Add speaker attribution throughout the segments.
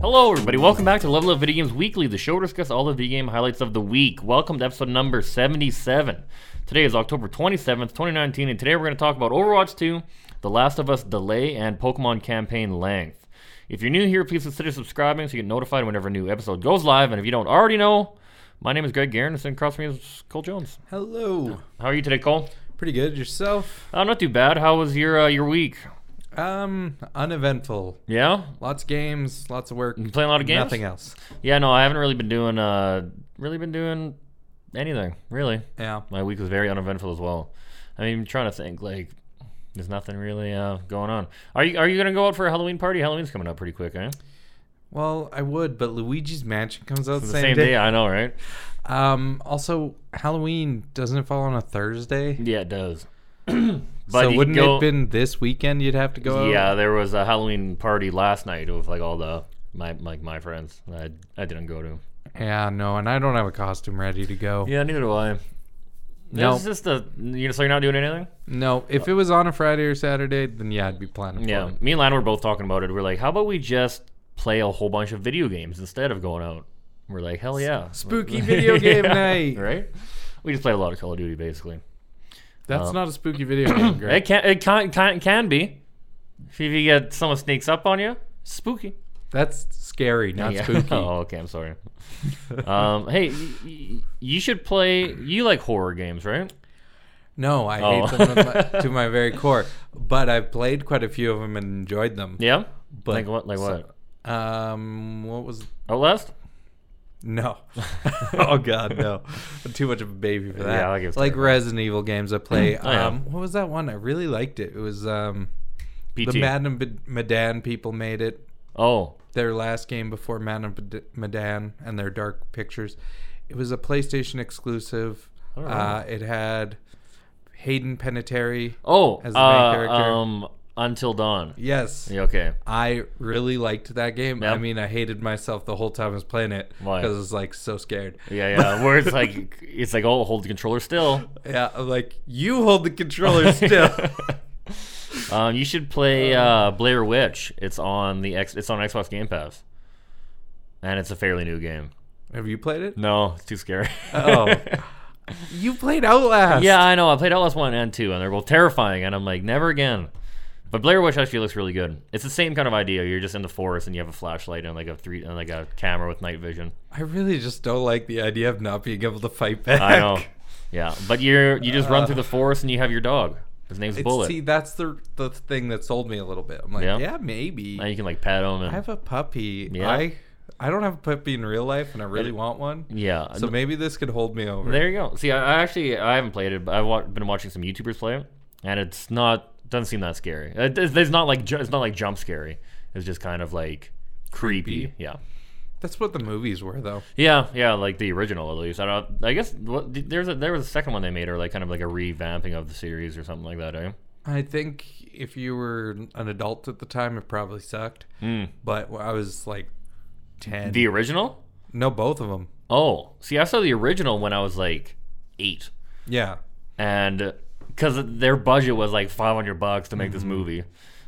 Speaker 1: Hello, everybody. Welcome back to Level Up Video Games Weekly, the show where we discuss all the video game highlights of the week. Welcome to episode number 77. Today is October 27th, 2019, and today we're going to talk about Overwatch 2, The Last of Us Delay, and Pokemon Campaign Length. If you're new here, please consider subscribing so you get notified whenever a new episode goes live. And if you don't already know, my name is Greg Guerin, and across from me is Cole Jones.
Speaker 2: Hello.
Speaker 1: How are you today, Cole?
Speaker 2: Pretty good yourself.
Speaker 1: Uh, not too bad. How was your uh, your week?
Speaker 2: Um, uneventful.
Speaker 1: Yeah?
Speaker 2: Lots of games, lots of work.
Speaker 1: You playing a lot of games?
Speaker 2: Nothing else.
Speaker 1: Yeah, no, I haven't really been doing uh really been doing anything, really.
Speaker 2: Yeah.
Speaker 1: My week was very uneventful as well. I mean, I'm trying to think like there's nothing really uh going on. Are you are you going to go out for a Halloween party? Halloween's coming up pretty quick, eh?
Speaker 2: Well, I would, but Luigi's Mansion comes out
Speaker 1: The
Speaker 2: the
Speaker 1: same,
Speaker 2: same,
Speaker 1: day. I know, right?
Speaker 2: Um, also Halloween doesn't it fall on a Thursday?
Speaker 1: Yeah, it does. but
Speaker 2: so
Speaker 1: you
Speaker 2: wouldn't it
Speaker 1: go-
Speaker 2: have been uh, this weekend you'd have to go out?
Speaker 1: Yeah, there was a Halloween party last night with like all the my like my friends. I I didn't go to.
Speaker 2: Yeah, no, and I don't have a costume ready to go.
Speaker 1: Yeah, neither do I.
Speaker 2: No.
Speaker 1: It's just a you know, so you're not doing anything?
Speaker 2: No, if it was on a Friday or Saturday, then yeah, I'd be planning
Speaker 1: Yeah,
Speaker 2: for
Speaker 1: Um,
Speaker 2: it.
Speaker 1: me and Lana were both talking about it. We're like, how about we just play a whole bunch of video games instead of going out? We're like, hell yeah,
Speaker 2: spooky video game
Speaker 1: Yeah,
Speaker 2: night.
Speaker 1: right? We just played a lot of Call of Duty, basically.
Speaker 2: That's
Speaker 1: Oh.
Speaker 2: not a spooky video game, Greg.
Speaker 1: It can, it can, can, can be. If you get someone sneaks up on you, spooky.
Speaker 2: That's scary, not
Speaker 1: Yeah.
Speaker 2: spooky.
Speaker 1: oh, okay, I'm sorry. um, hey, y- y- you should play. You like horror games, right?
Speaker 2: No, I
Speaker 1: Oh.
Speaker 2: hate them with my, to my very core. But I've played quite a few of them and enjoyed them.
Speaker 1: Yeah.
Speaker 2: But-
Speaker 1: like what? Like what?
Speaker 2: Um, what was?
Speaker 1: Outlast.
Speaker 2: No. oh God, no. I'm too much of a baby for that.
Speaker 1: Yeah, that game's
Speaker 2: like
Speaker 1: terrible.
Speaker 2: Resident Evil games I play.
Speaker 1: Oh, yeah.
Speaker 2: um, what was that one? I really liked it. It was um,
Speaker 1: PT.
Speaker 2: the Madame B- Medan people made it.
Speaker 1: oh,
Speaker 2: Their last game before Madame B- Medan and their Dark Pictures. It was a PlayStation exclusive.
Speaker 1: I don't
Speaker 2: Uh, it had Hayden Panettiere.
Speaker 1: oh,
Speaker 2: As the main
Speaker 1: uh,
Speaker 2: character.
Speaker 1: um, Until Dawn.
Speaker 2: Yes.
Speaker 1: Yeah, okay.
Speaker 2: I really liked that game.
Speaker 1: Yeah.
Speaker 2: I mean, I hated myself the whole time I was playing it
Speaker 1: Why?
Speaker 2: because I was like so scared.
Speaker 1: Yeah, yeah. Where it's like it's like, oh, hold the controller still.
Speaker 2: Yeah, I'm like you hold the controller still.
Speaker 1: um, you should play uh, Blair Witch. It's on the X. It's on Xbox Game Pass, and it's a fairly new game.
Speaker 2: Have you played it?
Speaker 1: No, it's too scary.
Speaker 2: Oh. You played Outlast.
Speaker 1: yeah, I know. I played Outlast one and two, and they're both terrifying. And I'm like, never again. But Blair Witch actually looks really good. It's the same kind of idea. You're just in the forest, and you have a flashlight and like a three and like a camera with night vision.
Speaker 2: I really just don't like the idea of not being able to fight back.
Speaker 1: I know. Yeah, but you're you just run through the forest and you have your dog. His name's
Speaker 2: It's-
Speaker 1: Bullet,
Speaker 2: See, that's the the thing that sold me a little bit. I'm like,
Speaker 1: Yeah?
Speaker 2: yeah, maybe.
Speaker 1: and
Speaker 2: I,
Speaker 1: you can like pet him. And,
Speaker 2: have a puppy.
Speaker 1: Yeah.
Speaker 2: I I don't have a puppy in real life, and I really want one.
Speaker 1: yeah,
Speaker 2: So maybe this could hold me over.
Speaker 1: There you go. See, I, I actually I haven't played it, but I've wa- been watching some YouTubers play it, and it's not doesn't seem that scary. It, it's, it's not like ju- it's not like jump scary. It's just kind of like creepy.
Speaker 2: Creepy.
Speaker 1: Yeah,
Speaker 2: That's what the movies were, though.
Speaker 1: yeah, yeah. Like the original at least. I don't. I guess what, th- there's a there was a second one they made, or like kind of like a revamping of the series or something like that. Eh?
Speaker 2: I think if you were an adult at the time, it probably sucked. But when I was like 10.
Speaker 1: Hmm. The original.
Speaker 2: no, both of them.
Speaker 1: Oh, see, I saw the original when I was like eight.
Speaker 2: Yeah.
Speaker 1: and because their budget was like 500 bucks to make
Speaker 2: Mm-hmm.
Speaker 1: this movie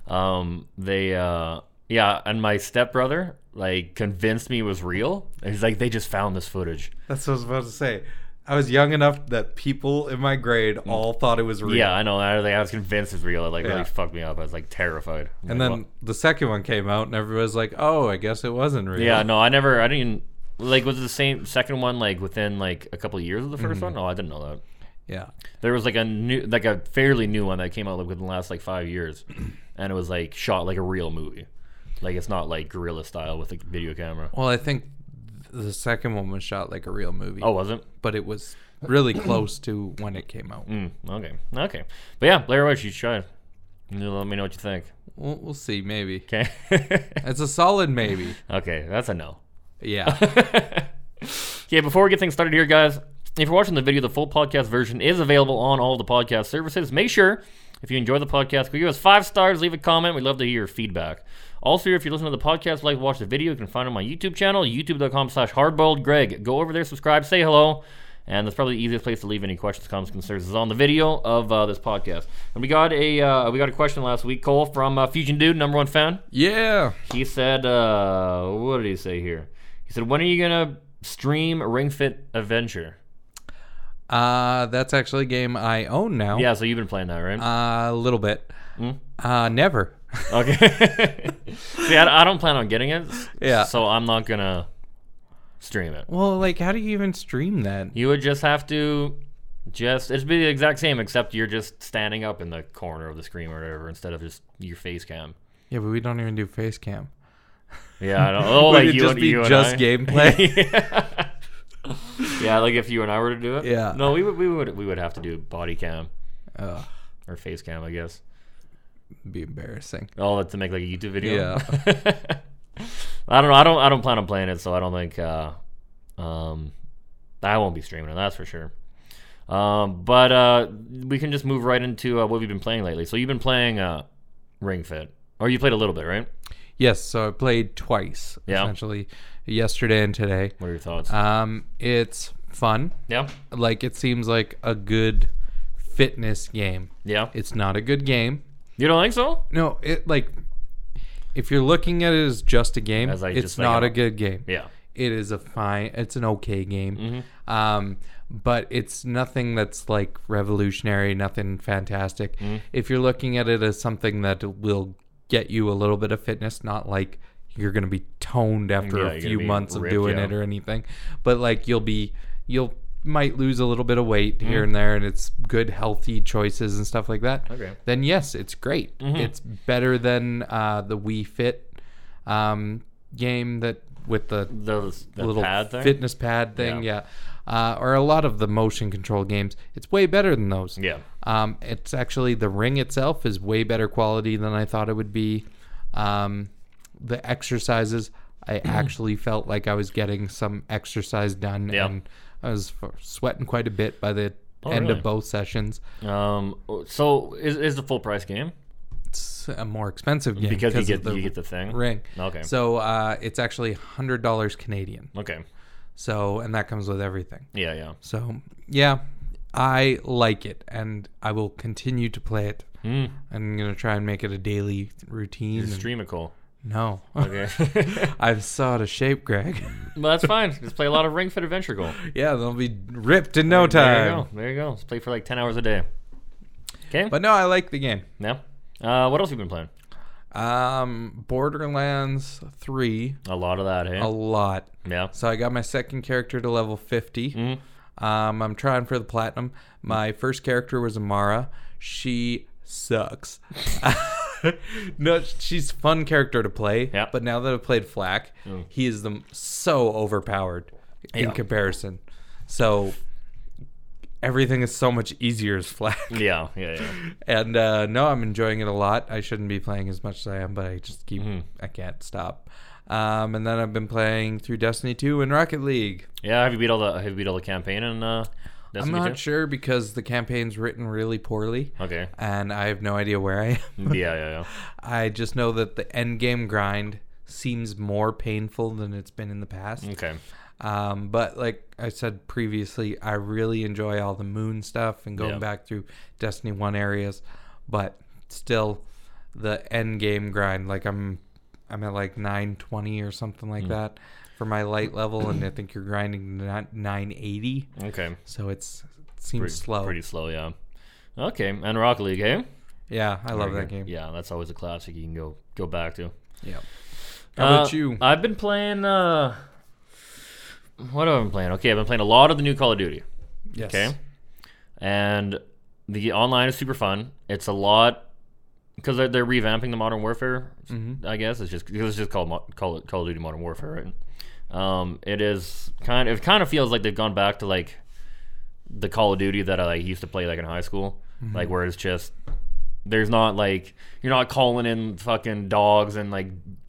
Speaker 1: um they uh yeah and my stepbrother like convinced me it was real And he's like they just found this footage
Speaker 2: That's what I was about to say. I was young enough that people in my grade all thought it was real.
Speaker 1: Hmm. yeah i know i, like, I was convinced it's real it like really
Speaker 2: Yeah.
Speaker 1: fucked me up i was like terrified I'm
Speaker 2: And
Speaker 1: like,
Speaker 2: then
Speaker 1: "Well-"
Speaker 2: the second one came out, and everyone was like, oh, I guess it wasn't real.
Speaker 1: yeah no i never i didn't like was the same second one like within like a couple of years of the 1st
Speaker 2: Mm-hmm.
Speaker 1: one oh i didn't know that
Speaker 2: Yeah.
Speaker 1: there was like a new like a fairly new one that came out like within the last like five years and it was like shot like a real movie like it's not like guerrilla style with a video camera
Speaker 2: Well, I think th- the second one was shot like a real movie.
Speaker 1: oh was it
Speaker 2: But it was really close to when it came out.
Speaker 1: mm, okay okay but yeah blair witch you should try it And you let me know what you think
Speaker 2: We'll, we'll see, maybe.
Speaker 1: okay
Speaker 2: It's a solid maybe.
Speaker 1: okay that's a no
Speaker 2: Yeah.
Speaker 1: Okay, before we get things started here, guys, if you're watching the video, the full podcast version is available on all the podcast services. Make sure, if you enjoy the podcast, could give us five stars, leave a comment. We'd love to hear your feedback. Also, if you're listening to the podcast, like to watch the video, you can find it on my YouTube channel, youtube.com slash hardboiled Greg. Go over there, subscribe, say hello, And that's probably the easiest place to leave any questions, comments, concerns is on the video of uh, this podcast. And we got a uh, we got a question last week, Cole from uh, Fusion Dude, number one fan.
Speaker 2: Yeah.
Speaker 1: He said, uh, "What did he say here?" He said, "When are you gonna stream Ring Fit Adventure?"
Speaker 2: Uh, that's actually a game I own now.
Speaker 1: Yeah, Mm. so you've been playing that, right?
Speaker 2: Uh, a little bit. Uh, never.
Speaker 1: Okay. See, I, I don't plan on getting it.
Speaker 2: Yeah.
Speaker 1: So I'm not gonna stream it.
Speaker 2: Well, like, how do you even stream that?
Speaker 1: You would just have to just it'd be the exact same except you're just standing up in the corner of the screen or whatever instead of just your face cam.
Speaker 2: Yeah, but we don't even do face cam.
Speaker 1: Yeah, I don't. Oh, like
Speaker 2: Would it
Speaker 1: you
Speaker 2: just
Speaker 1: and
Speaker 2: be
Speaker 1: you and
Speaker 2: just
Speaker 1: I.
Speaker 2: gameplay?
Speaker 1: yeah. yeah, like if you and I were to do it.
Speaker 2: Yeah.
Speaker 1: No, we would we would we would have to do body cam
Speaker 2: Ugh,
Speaker 1: or face cam, I guess.
Speaker 2: be embarrassing.
Speaker 1: Oh, to make like a YouTube video.
Speaker 2: Yeah.
Speaker 1: I don't know. I don't. I don't plan on playing it, so I don't think. Uh, um, I won't be streaming it. That's for sure. Um, but uh, we can just move right into uh, what we've been playing lately. So you've been playing uh, Ring Fit, or you played a little bit, right?
Speaker 2: Yes, so I played twice
Speaker 1: Yeah.
Speaker 2: essentially yesterday and today.
Speaker 1: What are your thoughts?
Speaker 2: Um, it's fun.
Speaker 1: yeah.
Speaker 2: Like it seems like a good fitness game.
Speaker 1: Yeah.
Speaker 2: It's not a good game.
Speaker 1: You don't think so?
Speaker 2: No, it like if you're looking at it as just a game,
Speaker 1: As I
Speaker 2: it's
Speaker 1: just, like,
Speaker 2: not
Speaker 1: uh,
Speaker 2: a good game.
Speaker 1: Yeah.
Speaker 2: It is a fine. It's an okay game.
Speaker 1: Mm-hmm.
Speaker 2: Um, but it's nothing that's like revolutionary. Nothing fantastic.
Speaker 1: Mm-hmm.
Speaker 2: If you're looking at it as something that will get you a little bit of fitness, not like you're gonna be toned after
Speaker 1: Yeah, you're
Speaker 2: a
Speaker 1: gonna
Speaker 2: few
Speaker 1: be
Speaker 2: months
Speaker 1: ripped,
Speaker 2: of doing
Speaker 1: yeah.
Speaker 2: it or anything, but like you'll be you'll might lose a little bit of weight
Speaker 1: Mm-hmm.
Speaker 2: here and there, and it's good healthy choices and stuff like that.
Speaker 1: Okay. Mm-hmm.
Speaker 2: Then yes, it's great. It's better than uh, the Wii Fit um, game that with the
Speaker 1: Those the
Speaker 2: little
Speaker 1: pad thing.
Speaker 2: fitness pad thing, yeah, Uh, or a lot of the motion control games. It's way better than those.
Speaker 1: Yeah.
Speaker 2: Um, it's actually the ring itself is way better quality than I thought it would be. Um, the exercises, I actually felt like I was getting some exercise done,
Speaker 1: Yeah. Oh,
Speaker 2: and I was f- sweating quite a bit by the end
Speaker 1: really?
Speaker 2: of both sessions.
Speaker 1: Um. So is is the full price game
Speaker 2: It's a more expensive game
Speaker 1: because you
Speaker 2: of
Speaker 1: get
Speaker 2: the
Speaker 1: you get the thing?
Speaker 2: ring.
Speaker 1: Okay.
Speaker 2: So uh, it's actually hundred dollars Canadian.
Speaker 1: Okay.
Speaker 2: So and that comes with everything.
Speaker 1: Yeah. Yeah.
Speaker 2: So yeah, I like it, and I will continue to play it.
Speaker 1: Mm.
Speaker 2: I'm gonna try and make it a daily routine. and-
Speaker 1: Stream it, Cole.
Speaker 2: No,
Speaker 1: Okay.
Speaker 2: I've saw out of shape, Greg.
Speaker 1: Well, that's fine. Just play a lot of Ring Fit Adventure Goal.
Speaker 2: yeah, they'll be ripped in no
Speaker 1: There you go.
Speaker 2: time.
Speaker 1: There you go. Just play for like 10 hours a day. Okay.
Speaker 2: But no, I like the game.
Speaker 1: Yeah. Uh, what else have you been playing?
Speaker 2: Um, Borderlands Three,
Speaker 1: A lot of that, hey?
Speaker 2: a lot.
Speaker 1: yeah.
Speaker 2: So I got my second character to level 50. Um, I'm trying for the platinum. My first character was Amara. She sucks. no, she's a fun character to play.
Speaker 1: Yeah.
Speaker 2: But now that I've played Flack, he is the m- so overpowered in
Speaker 1: Yeah.
Speaker 2: comparison. So everything is so much easier as Flack.
Speaker 1: Yeah. Yeah. Yeah.
Speaker 2: And uh, no, I'm enjoying it a lot. I shouldn't be playing as much as I am, but I just keep I can't stop. Um, and then I've been playing through Destiny 2 and Rocket League.
Speaker 1: Yeah, Have you beat all the Have you beat all the campaign and uh,
Speaker 2: I'm
Speaker 1: Destiny
Speaker 2: not
Speaker 1: 2?
Speaker 2: sure because the campaign's written really poorly,
Speaker 1: Okay.
Speaker 2: and I have no idea where I am.
Speaker 1: Yeah. Yeah.
Speaker 2: I just know that the end game grind seems more painful than it's been in the past.
Speaker 1: Yeah. Okay.
Speaker 2: Um, but like I said previously, I really enjoy all the moon stuff and going
Speaker 1: Yeah.
Speaker 2: back through Destiny 1 areas, but still the end game grind like I'm I'm at like 920 or something
Speaker 1: Mm.
Speaker 2: like that for my light level and I think you're grinding to ni- 980,
Speaker 1: Okay.
Speaker 2: so it's it seems
Speaker 1: Pretty
Speaker 2: slow.
Speaker 1: Pretty slow. Yeah. Okay. And Rocket League, hey?
Speaker 2: Yeah, I love that game.
Speaker 1: Yeah. That's always a classic you can go go back to.
Speaker 2: Yeah. How about
Speaker 1: Uh,
Speaker 2: you?
Speaker 1: I've been playing. uh What have I been playing? Okay, I've been playing a lot of the new Call of Duty.
Speaker 2: Yes.
Speaker 1: Okay. And the online is super fun. It's a lot because they're, they're revamping the Modern Warfare. I guess it's just 'cause it's just called Mo- Call it Call of Duty Modern Warfare, right? Um, it is kind of it kind of feels like they've gone back to like the Call of Duty that I like, used to play like in high school, like where it's just there's not like you're not calling in fucking dogs and like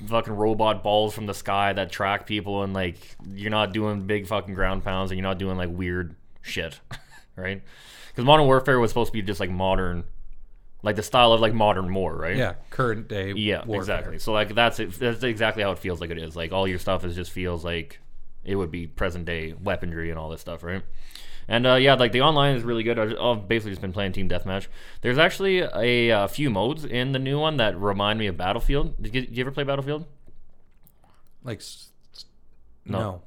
Speaker 1: fucking robot balls from the sky that track people and like you're not doing big fucking ground pounds and you're not doing like weird shit, right? Because Modern Warfare was supposed to be just like modern, like the style of like modern war, right?
Speaker 2: Yeah, current day.
Speaker 1: Yeah,
Speaker 2: warfare.
Speaker 1: exactly. So like that's it, that's exactly how it feels like it is. Like all your stuff is just feels like it would be present day weaponry and all this stuff, right? And uh, yeah, like the online is really good. I've I've basically just been playing team deathmatch. There's actually a uh, few modes in the new one that remind me of Battlefield. Did you, did you ever play Battlefield?
Speaker 2: Like, s- s-
Speaker 1: No.
Speaker 2: no.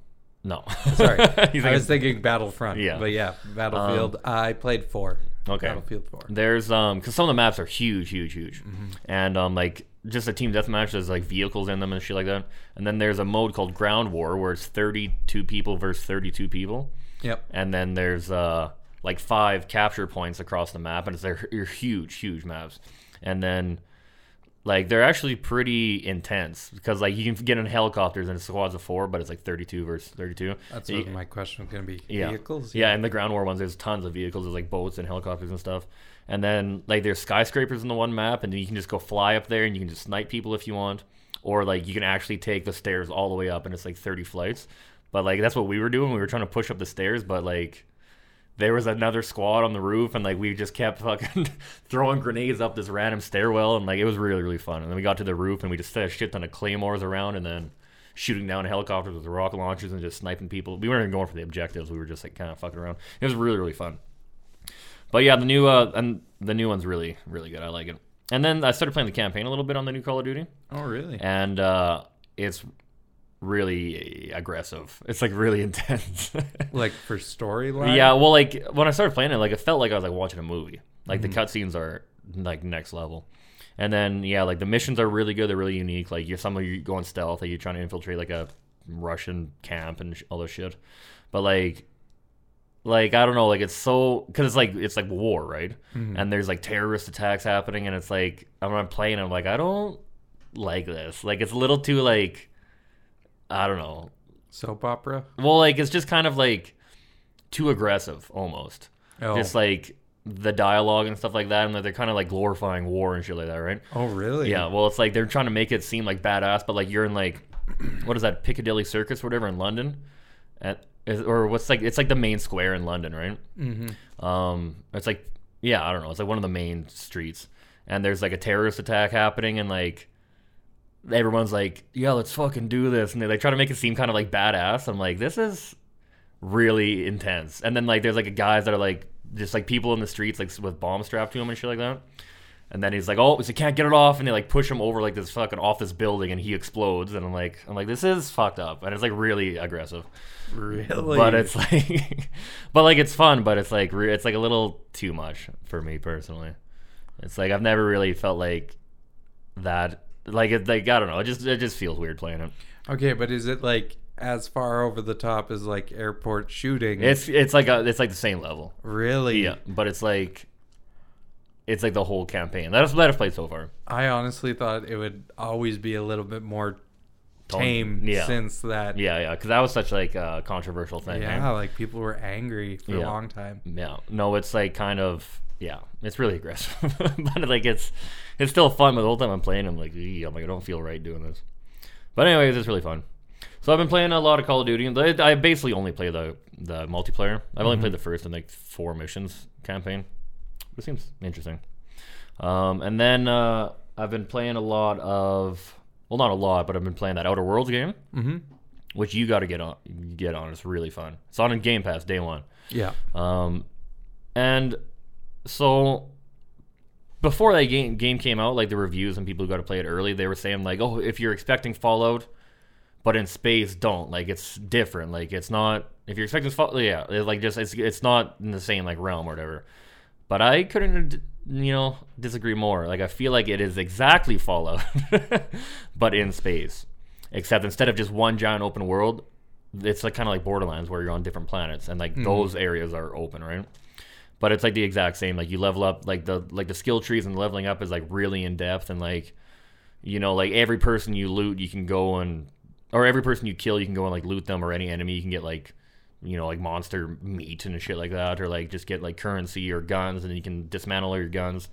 Speaker 1: No.
Speaker 2: Sorry,
Speaker 1: He's
Speaker 2: I
Speaker 1: thinking-
Speaker 2: was thinking Battlefront.
Speaker 1: Yeah. Um,
Speaker 2: but yeah, Battlefield. I played four.
Speaker 1: Okay.
Speaker 2: Battlefield four.
Speaker 1: There's um, cause some of the maps are huge, huge, huge,
Speaker 2: Mm-hmm.
Speaker 1: and um, like just a team deathmatch. There's like vehicles in them and shit like that. And then there's a mode called Ground War where it's 32 people versus 32 people,
Speaker 2: Yep.
Speaker 1: and then there's uh, like five capture points across the map, and it's they're they're huge, huge maps. And then like they're actually pretty intense because like you can get in helicopters and squads of four, but it's like 32 versus 32.
Speaker 2: That's
Speaker 1: So you-
Speaker 2: what my question was going to be.
Speaker 1: yeah.
Speaker 2: Vehicles.
Speaker 1: Yeah, and the ground war ones, there's tons of vehicles. There's like boats and helicopters and stuff. And then like there's skyscrapers in the one map, and then you can just go fly up there and you can just snipe people if you want, or like you can actually take the stairs all the way up, and it's like 30 flights. But like that's what we were doing. We were trying to push up the stairs, but like there was another squad on the roof, and like we just kept fucking throwing grenades up this random stairwell, and like it was really really fun. And then we got to the roof, and we just set a shit ton of claymores around, and then shooting down helicopters with rocket launchers and just sniping people. We weren't even going for the objectives; we were just like kind of fucking around. It was really really fun. But yeah, the new uh, and the new one's really really good. I like it. And then I started playing the campaign a little bit on the new Call of Duty,
Speaker 2: Oh, really?
Speaker 1: and uh, it's really aggressive. It's like really intense.
Speaker 2: Like for storyline.
Speaker 1: Yeah, well, like when I started playing it, like it felt like I was like watching a movie. Like the cutscenes are like next level, and then yeah, like the missions are really good. They're really unique. Like you're some of you going stealth, like you're trying to infiltrate like a Russian camp and sh- all this shit. But like, like I don't know, like it's so because it's like it's like war, right? And there's like terrorist attacks happening, and it's like I'm not playing. I'm like I don't like this. Like it's a little too like I don't know.
Speaker 2: Soap opera.
Speaker 1: Well, like it's just kind of like too aggressive almost.
Speaker 2: Oh.
Speaker 1: Just like the dialogue and stuff like that, and that they're kind of like glorifying war and shit like that, right?
Speaker 2: oh, really?
Speaker 1: Yeah. Well, it's like they're trying to make it seem like badass, but like you're in like what is that Piccadilly Circus, or whatever, in London, at is- or what's like it's like the main square in London, right? Mm-hmm. Um, it's like yeah, I don't know. It's like one of the main streets, and there's like a terrorist attack happening, and like everyone's like, yeah, let's fucking do this, and they like try to make it seem kind of like badass. I'm like, this is really intense. And then like there's like guys that are like just like people in the streets like with bombs strapped to them and shit like that. And then he's like, "Oh, he can't get it off," and they like push him over like this fucking off this building, and he explodes. And I'm like, I'm like, this is fucked up, and it's like really aggressive.
Speaker 2: Really?
Speaker 1: But it's like, but like it's fun, but it's like re- it's like a little too much for me personally. It's like I've never really felt like that. Like it, like I don't know. It just it just feels weird playing it.
Speaker 2: okay, but is it like as far over the top as like airport shooting?
Speaker 1: It's it's like a, it's like the same level.
Speaker 2: really.
Speaker 1: Yeah, but it's like it's like the whole campaign. That's what I've played so far.
Speaker 2: I honestly thought it would always be a little bit more
Speaker 1: Tone-
Speaker 2: tame
Speaker 1: yeah.
Speaker 2: since that.
Speaker 1: Yeah, yeah, because that was such like a controversial thing. eh?
Speaker 2: Yeah, like people were angry for
Speaker 1: Yeah.
Speaker 2: a long time.
Speaker 1: Yeah. No, it's like kind of yeah, it's really aggressive. but like it's it's still fun, but the whole time I'm playing I'm like, "Ee," I'm like I don't feel right doing this. But anyways, it's really fun. So I've been playing a lot of Call of Duty. and I I basically only play the the multiplayer. I've only played the first and like four missions campaign. It seems interesting. Um, and then uh, I've been playing a lot of well, not a lot, but I've been playing that Outer Worlds game, mm-hmm. which you got to get on. Get on. It's really fun. It's on in Game Pass day one.
Speaker 2: Yeah.
Speaker 1: Um, and so before that game game came out, like the reviews and people who got to play it early, they were saying like, oh, if you're expecting Fallout, but in space, don't like it's different. Like it's not if you're expecting Fallout, yeah, it's like just it's it's not in the same like realm or whatever. But I couldn't, you know, disagree more. Like I feel like it is exactly Fallout, but in space. Except instead of just one giant open world, it's like kind of like Borderlands where you're on different planets and like those areas are open, right? But it's like the exact same. Like you level up, like the like the skill trees and leveling up is like really in depth and like you know, like every person you loot, you can go and, or every person you kill, you can go and like loot them, or any enemy, you can get like, you know, like monster meat and shit like that, or like just get like currency or guns, and you can dismantle all your guns.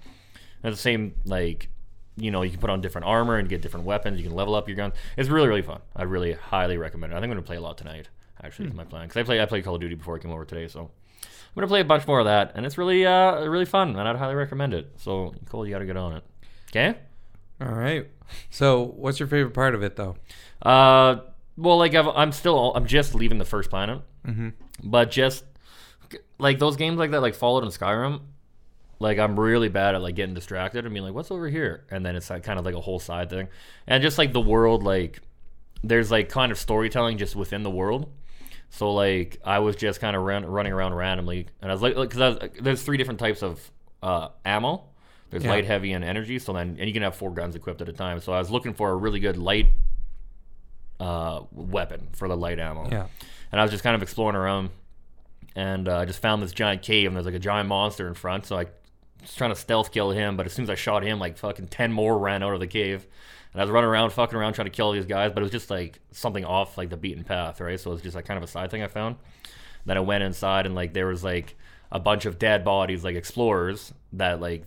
Speaker 1: And the same, like, you know, you can put on different armor and get different weapons. You can level up your guns. It's really, really fun. I really highly recommend it. I think I'm gonna play a lot tonight. Actually, is my plan because I play I played Call of Duty before I came over today, so. I'm gonna play a bunch more of that, and it's really, uh, really fun, and I'd highly recommend it. So, Cole, you gotta get on it. Okay.
Speaker 2: All right. So, what's your favorite part of it, though?
Speaker 1: Uh, well, like I've, I'm still, I'm just leaving the first planet, mm-hmm. but just like those games like that, like Fallout and Skyrim. Like I'm really bad at like getting distracted and being like, "What's over here?" And then it's like kind of like a whole side thing, and just like the world, like there's like kind of storytelling just within the world. So like I was just kind of ran, running around randomly, and I was like, because there's three different types of uh, ammo. There's
Speaker 2: Yeah.
Speaker 1: light, heavy, and energy. So then, and you can have four guns equipped at a time. So I was looking for a really good light uh, weapon for the light ammo.
Speaker 2: Yeah.
Speaker 1: And I was just kind of exploring around, and uh, I just found this giant cave, and there's like a giant monster in front. So I was trying to stealth kill him, but as soon as I shot him, like fucking ten more ran out of the cave. And I was running around, fucking around, trying to kill all these guys, but it was just like something off like the beaten path, right? So it was just like kind of a side thing I found. Then I went inside, and like there was like a bunch of dead bodies, like explorers that like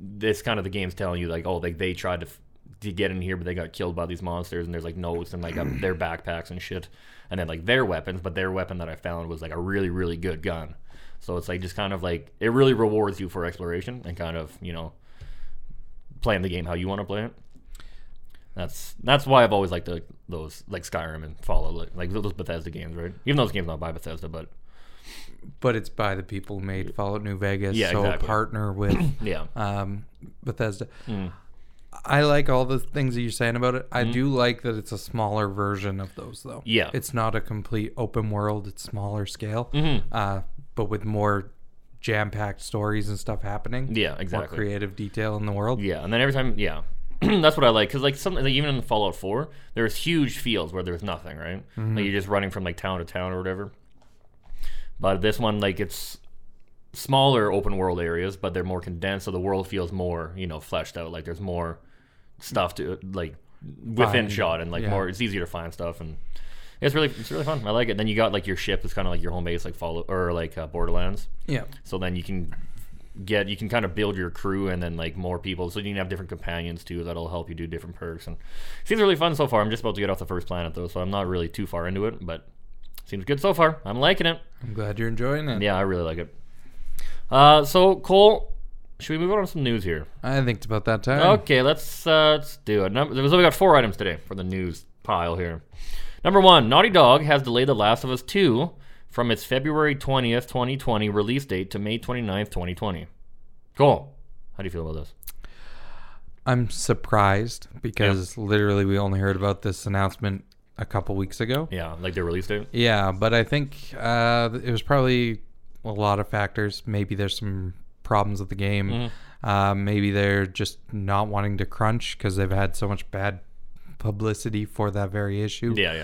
Speaker 1: this kind of the game's telling you like, oh, like they tried to f- to get in here, but they got killed by these monsters, and there's like notes and like um, their backpacks and shit, and then like their weapons, but their weapon that I found was like a really really good gun. So it's like just kind of like it really rewards you for exploration and kind of you know playing the game how you want to play it. That's that's why I've always liked the, those like Skyrim and Fallout, like, like those Bethesda games, right? Even though those games not by Bethesda, but
Speaker 2: But it's by the people who made Fallout New Vegas,
Speaker 1: Yeah,
Speaker 2: so
Speaker 1: exactly.
Speaker 2: partner with
Speaker 1: yeah,
Speaker 2: um, Bethesda.
Speaker 1: Mm.
Speaker 2: I like all the things that you're saying about it. I do like that it's a smaller version of those, though.
Speaker 1: Mm-hmm. Yeah.
Speaker 2: it's not a complete open world; it's smaller scale,
Speaker 1: Mm-hmm.
Speaker 2: uh, but with more jam-packed stories and stuff happening.
Speaker 1: yeah,
Speaker 2: more
Speaker 1: exactly.
Speaker 2: creative detail in the world.
Speaker 1: Yeah, and then every time, yeah, that's what I like because like some like, even in Fallout Four, there's huge fields where there's nothing, right?
Speaker 2: Mm-hmm.
Speaker 1: Like you're just running from like town to town or whatever. But this one, like it's smaller open world areas, but they're more condensed, so the world feels more you know fleshed out. Like there's more stuff to like within
Speaker 2: Find,
Speaker 1: shot, and like
Speaker 2: yeah.
Speaker 1: more it's easier to find stuff and. It's really, it's really fun. I like it. Then you got like your ship. It's kind of like your home base, like follow or like uh, Borderlands.
Speaker 2: yeah.
Speaker 1: So then you can get you can kind of build your crew and then like more people. So you can have different companions too that'll help you do different perks. And it seems really fun so far. I'm just about to get off the first planet though, so I'm not really too far into it, but seems good so far. I'm liking it.
Speaker 2: I'm glad you're enjoying it.
Speaker 1: Yeah, I really like it. Uh, so Cole, should we move on to some news here?
Speaker 2: I think it's about that time.
Speaker 1: Okay, let's uh, let's do it. Number, so we got four items today for the news pile here. Number one, Naughty Dog has delayed The Last of Us 2 from its February 20th, 2020 release date to May 29th, 2020. Cool. How do you feel about this?
Speaker 2: I'm surprised because literally we only heard about this announcement a couple weeks ago.
Speaker 1: Yeah, like their release date?
Speaker 2: Yeah, but I think uh, it was probably a lot of factors. Maybe there's some problems with the game.
Speaker 1: Mm-hmm.
Speaker 2: Uh, maybe they're just not wanting to crunch because they've had so much bad publicity for that very issue.
Speaker 1: Yeah,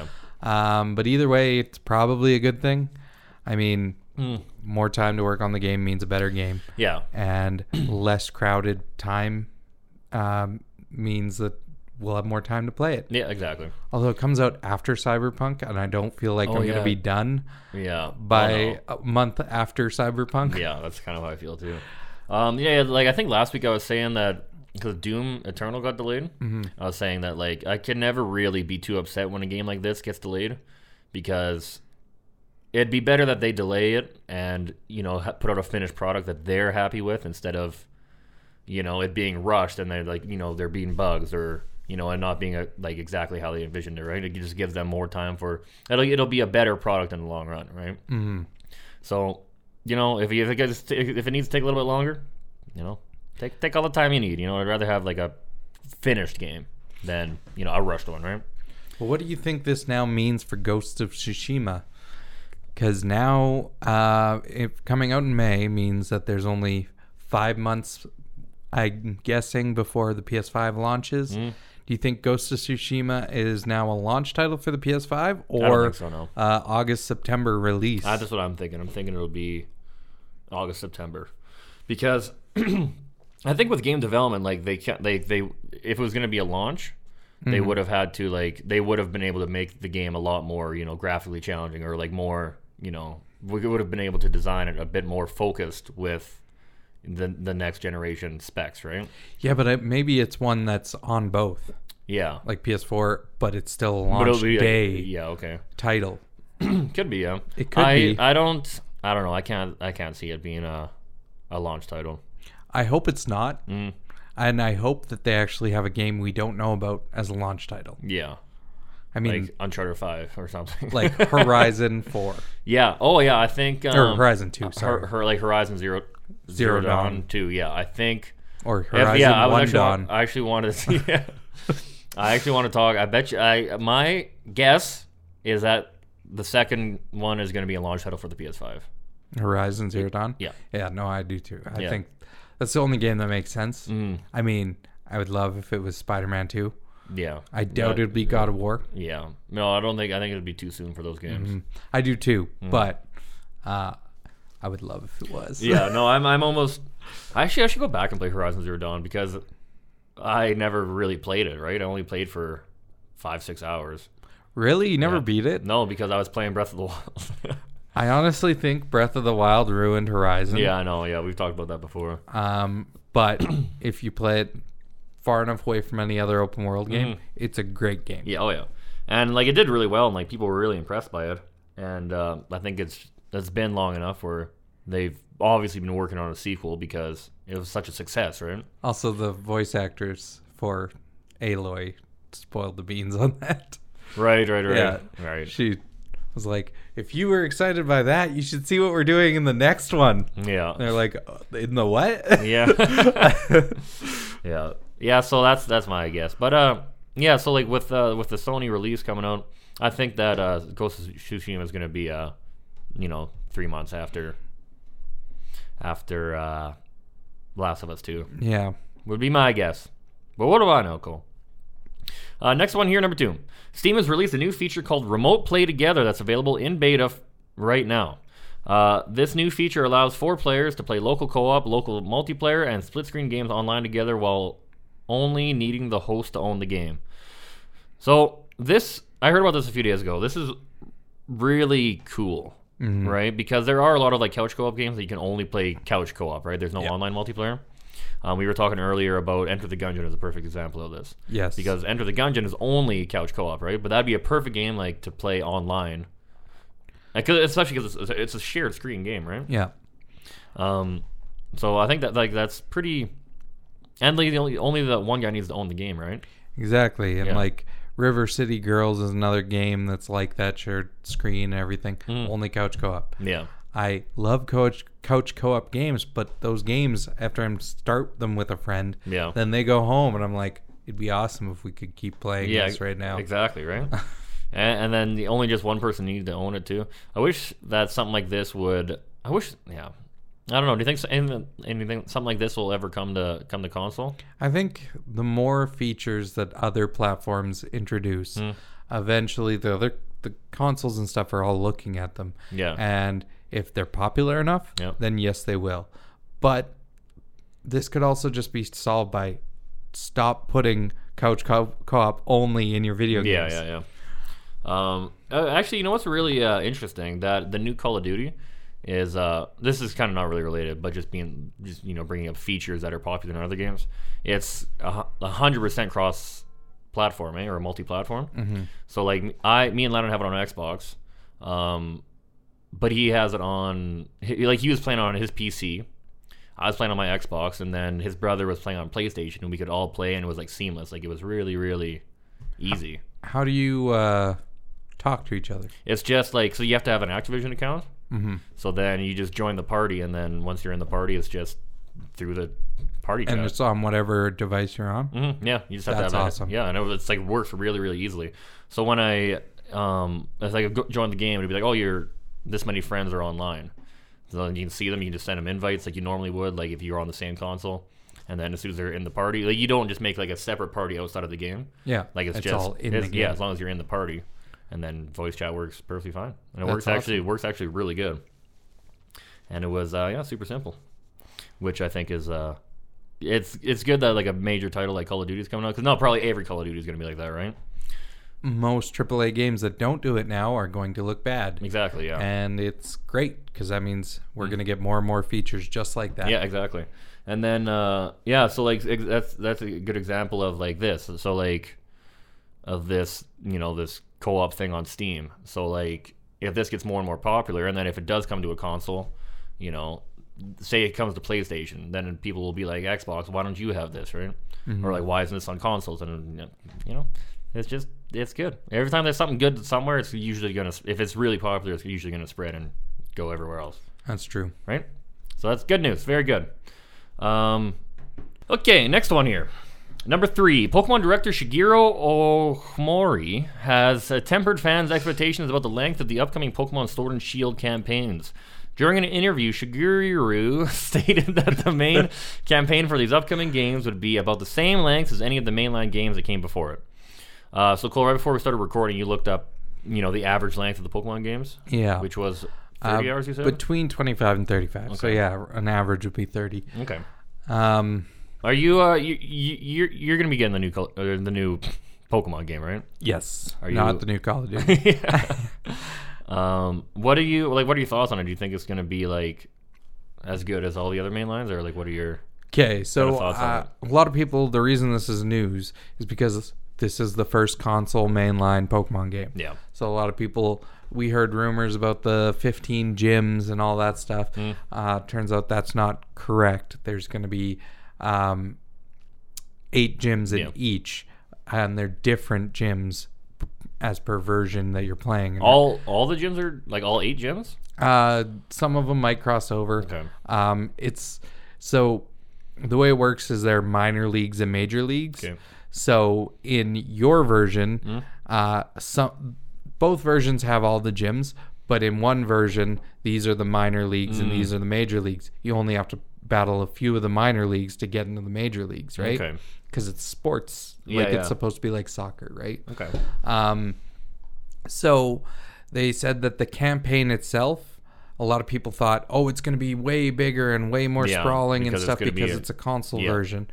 Speaker 1: yeah.
Speaker 2: Um, but either way, it's probably a good thing. I mean,
Speaker 1: Mm.
Speaker 2: more time to work on the game means a better game,
Speaker 1: Yeah.
Speaker 2: and less crowded time um, means that we'll have more time to play it.
Speaker 1: Yeah, exactly.
Speaker 2: Although it comes out after Cyberpunk, and I don't feel like I'm going
Speaker 1: Oh, yeah.
Speaker 2: to be done
Speaker 1: Yeah. Oh, no.
Speaker 2: by a month after Cyberpunk.
Speaker 1: yeah, that's kind of how I feel too. Um, yeah, yeah, like I think last week I was saying that because Doom Eternal got delayed, I was saying that like I can never really be too upset when a game like this gets delayed because it'd be better that they delay it and you know ha- put out a finished product that they're happy with instead of you know it being rushed and they're like you know there being bugs or you know and not being a, like exactly how they envisioned it right it just gives them more time for it'll, it'll be a better product in the long run right so, you know, if, if it gets if it needs to take a little bit longer, you know, take take all the time you need. You know, I'd rather have like a finished game than you know a rushed one, right?
Speaker 2: But what do you think this now means for Ghosts of Tsushima? Because now, uh, if coming out in May means that there's only five months, I'm guessing, before the PS5 launches.
Speaker 1: Mm.
Speaker 2: Do you think Ghosts of Tsushima is now a launch title for the PS5 or
Speaker 1: think so, no.
Speaker 2: uh, August September release?
Speaker 1: Uh, that's what I'm thinking. I'm thinking it'll be August September because I think with game development, like they can't they they if it was going to be a launch.
Speaker 2: Mm-hmm.
Speaker 1: They would have had to like they would have been able to make the game a lot more you know graphically challenging or like more you know we would have been able to design it a bit more focused with the the next generation specs right
Speaker 2: yeah, but it, maybe it's one that's on both,
Speaker 1: Yeah.
Speaker 2: like PS4, but it's still a
Speaker 1: But
Speaker 2: launch
Speaker 1: it'll be like-
Speaker 2: day
Speaker 1: yeah, okay.
Speaker 2: title.
Speaker 1: Could be, yeah.
Speaker 2: It could
Speaker 1: I,
Speaker 2: be.
Speaker 1: I don't I don't know. I can't I can't see it being a a launch title.
Speaker 2: I hope it's not.
Speaker 1: Mm.
Speaker 2: And I hope that they actually have a game we don't know about as a launch title.
Speaker 1: Yeah.
Speaker 2: I mean,
Speaker 1: like Uncharted Five or something.
Speaker 2: like Horizon Four
Speaker 1: yeah. Oh yeah, I think um,
Speaker 2: or Horizon Two,
Speaker 1: her,
Speaker 2: sorry,
Speaker 1: her like Horizon Zero
Speaker 2: Zero
Speaker 1: Dawn,
Speaker 2: Dawn.
Speaker 1: Two. Yeah, I think.
Speaker 2: or
Speaker 1: Yeah,
Speaker 2: Horizon
Speaker 1: yeah, I was
Speaker 2: One
Speaker 1: actually, wa-
Speaker 2: Dawn.
Speaker 1: I actually wanted to see. Yeah. I actually want to talk. I bet you. I my guess is that the second one is going to be a launch title for the PS5.
Speaker 2: Horizon Zero Dawn.
Speaker 1: Yeah.
Speaker 2: yeah, no, I do too. I
Speaker 1: Yeah. Mm.
Speaker 2: think that's the only game that makes sense. I mean, I would love if it was Spider Man Two.
Speaker 1: Yeah.
Speaker 2: I doubt
Speaker 1: But-
Speaker 2: it'd be God of War.
Speaker 1: Yeah. No, I don't think. I think it'd be too soon for those games.
Speaker 2: I do too,
Speaker 1: Mm.
Speaker 2: but uh, I would love if it was.
Speaker 1: Yeah. No, I'm. I'm almost. Actually, I should go back and play Horizon Zero Dawn because I never really played it. Right. I only played for five, six hours.
Speaker 2: really, you never beat it.
Speaker 1: No, because I was playing Breath of the Wild.
Speaker 2: I honestly think Breath of the Wild ruined Horizon.
Speaker 1: yeah, I know. Yeah, we've talked about that before.
Speaker 2: Um, but if you play it far enough away from any other open world game, it's a great game.
Speaker 1: Mm-hmm. Yeah, oh yeah, and like it did really well, and like people were really impressed by it. And uh, I think it's it's been long enough where they've obviously been working on a sequel because it was such a success, right?
Speaker 2: Also, the voice actors for Aloy spoiled the beans on that.
Speaker 1: Right, right, right,
Speaker 2: Yeah.
Speaker 1: right.
Speaker 2: She was like, "If you were excited by that, you should see what we're doing in the next one." And
Speaker 1: Yeah,
Speaker 2: they're like, "Uh, "In the what?"
Speaker 1: yeah, yeah, yeah. So that's that's my guess, but uh, yeah. So like with uh, with the Sony release coming out, I think that uh, Ghost of Tsushima is gonna be uh, you know, three months after after uh, Last of Us Two.
Speaker 2: yeah.
Speaker 1: would be my guess. But what do I know, Cole? Uh, next one here, number two. Steam has released a new feature called Remote Play Together that's available in beta f- right now. Uh, this new feature allows four players to play local co op, local multiplayer, and split screen games online together while only needing the host to own the game. So, this, I heard about this a few days ago. This is really cool,
Speaker 2: Mm-hmm.
Speaker 1: right? Because there are a lot of like couch co op games that you can only play couch co op, right? There's no online multiplayer. Um, we were talking earlier about Enter the Gungeon is a perfect example of this
Speaker 2: Yes.
Speaker 1: because Enter the Gungeon is only couch co-op, right? But that'd be a perfect game like to play online, Like, 'cause- especially because it's, it's a shared screen game, right?
Speaker 2: yeah.
Speaker 1: Um, so I think that like that's pretty, and like the only only that one guy needs to own the game, right?
Speaker 2: Exactly. And
Speaker 1: Yeah.
Speaker 2: like River City Girls is another game that's like that shared screen and everything.
Speaker 1: Mm.
Speaker 2: Only couch co op.
Speaker 1: Yeah,
Speaker 2: I love couch couch co op games, but those games after I start them with a friend,
Speaker 1: yeah,
Speaker 2: then they go home and I'm like, it'd be awesome if we could keep playing
Speaker 1: yeah.
Speaker 2: this right now.
Speaker 1: exactly, right? and, and then the only just one person needs to own it too. I wish that something like this would. I wish, yeah. I don't know. Do you think so- anything, anything, something like this will ever come to come to console?
Speaker 2: I think the more features that other platforms introduce,
Speaker 1: Hmm.
Speaker 2: eventually the other the consoles and stuff are all looking at them.
Speaker 1: Yeah.
Speaker 2: And if they're popular enough,
Speaker 1: Yep.
Speaker 2: then yes, they will. But this could also just be solved by stop putting couch co- co-op only in your video
Speaker 1: Yeah,
Speaker 2: games.
Speaker 1: yeah, yeah. Um, uh, actually, you know what's really uh, interesting that the new Call of Duty is uh, this is kind of not really related, but just being just you know bringing up features that are popular in other games. It's a hu- a hundred percent cross platform, eh, or multi-platform.
Speaker 2: Mm-hmm.
Speaker 1: So like I, me and Lennon have it on Xbox, um, but he has it on he, like he was playing on his PC. I was playing on my Xbox, and then his brother was playing on PlayStation, and we could all play, and it was like seamless. Like it was really, really easy.
Speaker 2: How do you uh, talk to each other?
Speaker 1: It's just like so you have to have an Activision account. Mm-hmm. So then you just join the party, and then once you're in the party, it's just through the party
Speaker 2: And
Speaker 1: chat.
Speaker 2: it's on whatever device you're on.
Speaker 1: hmm Yeah, you just have
Speaker 2: That's
Speaker 1: to have
Speaker 2: awesome.
Speaker 1: It. Yeah, and it, was- it's like works really really easily. So when I um as I go- joined the game, it'd be like, oh, you're this many friends are online. So then you can see them. You can just send them invites like you normally would, like if you were on the same console. And then as soon as they're in the party, like you don't just make like a separate party outside of the game.
Speaker 2: Yeah.
Speaker 1: Like it's, just
Speaker 2: all in the
Speaker 1: it's-
Speaker 2: game.
Speaker 1: yeah, as long as you're in the party, and then voice chat works perfectly fine, and it
Speaker 2: That's
Speaker 1: works actually it works actually really good. And it was uh, yeah super simple, which I think is uh, it's it's good that like a major title like Call of Duty is coming out because no probably every Call of Duty is gonna be like that right?
Speaker 2: Most AAA games that don't do it now are going to look bad.
Speaker 1: Exactly yeah
Speaker 2: and it's great because that means we're going to get more and more features just like that.
Speaker 1: Mm. yeah exactly. And then uh, yeah so like ex- that's that's a good example of like this so like of this you know this co-op thing on Steam. So like if this gets more and more popular, and then if it does come to a console, you know, say it comes to PlayStation, then people will be like Xbox, why don't you have this, right? Or like why isn't this on consoles? And you know, It's just it's good. Every time there's something good somewhere, it's usually gonna if it's really popular, it's usually gonna spread and go everywhere else,
Speaker 2: That's true.
Speaker 1: right? So that's good news. Very good. Um, okay, next one here. Number three, Pokemon director Shigeru Okumori has uh, tempered fans' expectations about the length of the upcoming Pokemon Sword and Shield campaigns. During an interview, Shigeru stated that the main campaign for these upcoming games would be about the same length as any of the mainline games that came before it. Uh, so, Cole, right before we started recording, you looked up, you know, the average length of the Pokemon games.
Speaker 2: Yeah.
Speaker 1: Which was 30
Speaker 2: Uh,
Speaker 1: hours, you said?
Speaker 2: Between 25 and 35. So
Speaker 1: Okay.
Speaker 2: yeah, an average would be 30.
Speaker 1: okay.
Speaker 2: Um,
Speaker 1: Are you uh you you you're, you're gonna be getting the new col- uh, the new Pokemon game, right?
Speaker 2: yes.
Speaker 1: Are you-
Speaker 2: not the new Call of Duty.
Speaker 1: um, what are you like? What are your thoughts on it? Do you think it's gonna be like as good as all the other main lines, or like what are your
Speaker 2: Okay, so
Speaker 1: thoughts on
Speaker 2: uh, a lot of people, the reason this is news is because this is the first console mainline Pokemon game.
Speaker 1: yeah?
Speaker 2: So a lot of people, we heard rumors about the 15 gyms and all that stuff.
Speaker 1: Hmm.
Speaker 2: Uh, turns out that's not correct. There's going to be um, eight gyms in
Speaker 1: Yeah.
Speaker 2: each, and they're different gyms p- as per version that you're playing. in.
Speaker 1: All all the gyms are like all eight gyms.
Speaker 2: Uh, some of them might cross over.
Speaker 1: Okay.
Speaker 2: Um, it's so the way it works is there are minor leagues and major leagues.
Speaker 1: Okay. Mm-hmm.
Speaker 2: So in your version, uh, some both versions have all the gyms, but in one version, these are the minor leagues and
Speaker 1: Mm.
Speaker 2: these are the major leagues. You only have to battle a few of the minor leagues to get into the major leagues, right?
Speaker 1: Okay.
Speaker 2: Because it's sports.
Speaker 1: Yeah,
Speaker 2: like
Speaker 1: yeah.
Speaker 2: it's supposed to be like soccer, right?
Speaker 1: Okay.
Speaker 2: Um, so they said that the campaign itself, a lot of people thought, oh, it's going to be way bigger and way more
Speaker 1: Yeah,
Speaker 2: sprawling and
Speaker 1: because it's
Speaker 2: stuff
Speaker 1: gonna be
Speaker 2: because
Speaker 1: a-
Speaker 2: it's a console
Speaker 1: yeah.
Speaker 2: version.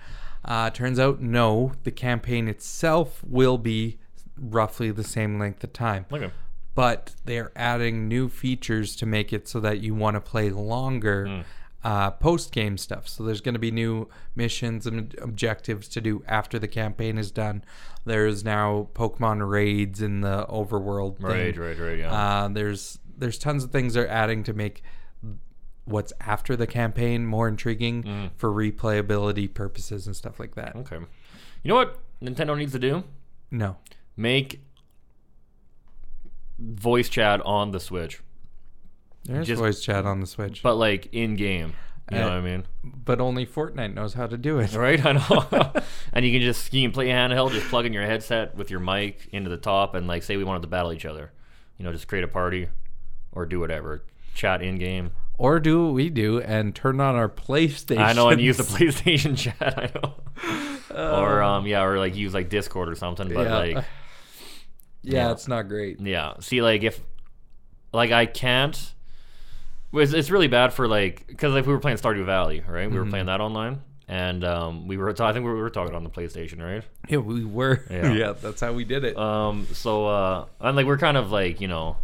Speaker 2: Uh, turns out, no, the campaign itself will be roughly the same length of time.
Speaker 1: Okay.
Speaker 2: But they're adding new features to make it so that you want to play longer
Speaker 1: Hmm.
Speaker 2: uh, post game stuff. So there's going to be new missions and objectives to do after the campaign is done. There's now Pokemon raids in the overworld. thing.
Speaker 1: Right. Right. Right. Yeah.
Speaker 2: Uh, there's there's tons of things they're adding to make what's after the campaign more intriguing for replayability purposes and stuff like that.
Speaker 1: Hmm. okay. You know what Nintendo needs to do?
Speaker 2: No.
Speaker 1: Make voice chat on the Switch,
Speaker 2: There's
Speaker 1: Just-
Speaker 2: voice chat on the Switch, but,
Speaker 1: but like in game. You know
Speaker 2: Uh,
Speaker 1: what I mean?
Speaker 2: only Fortnite knows how to do it.
Speaker 1: Right, I know. and you can just you can play handheld, just plug in your headset with your mic into the top, and like say we wanted to battle each other, you know, just create a party, or do whatever, chat in game.
Speaker 2: Or do what we do and turn on our PlayStation.
Speaker 1: I know, and use the PlayStation chat. I know. or um, yeah, or like use like Discord or something. But
Speaker 2: Yeah.
Speaker 1: like,
Speaker 2: Yeah,
Speaker 1: Yeah.
Speaker 2: it's not great.
Speaker 1: yeah, see, like if like I can't. well, It's, it's really bad for like because like we were playing Stardew Valley, right? We were playing that online, and um, we were ta- I think we were talking on the PlayStation, right?
Speaker 2: Yeah, we were.
Speaker 1: Yeah.
Speaker 2: Yeah, that's how we did it.
Speaker 1: Um, so uh, and like we're kind of like you know,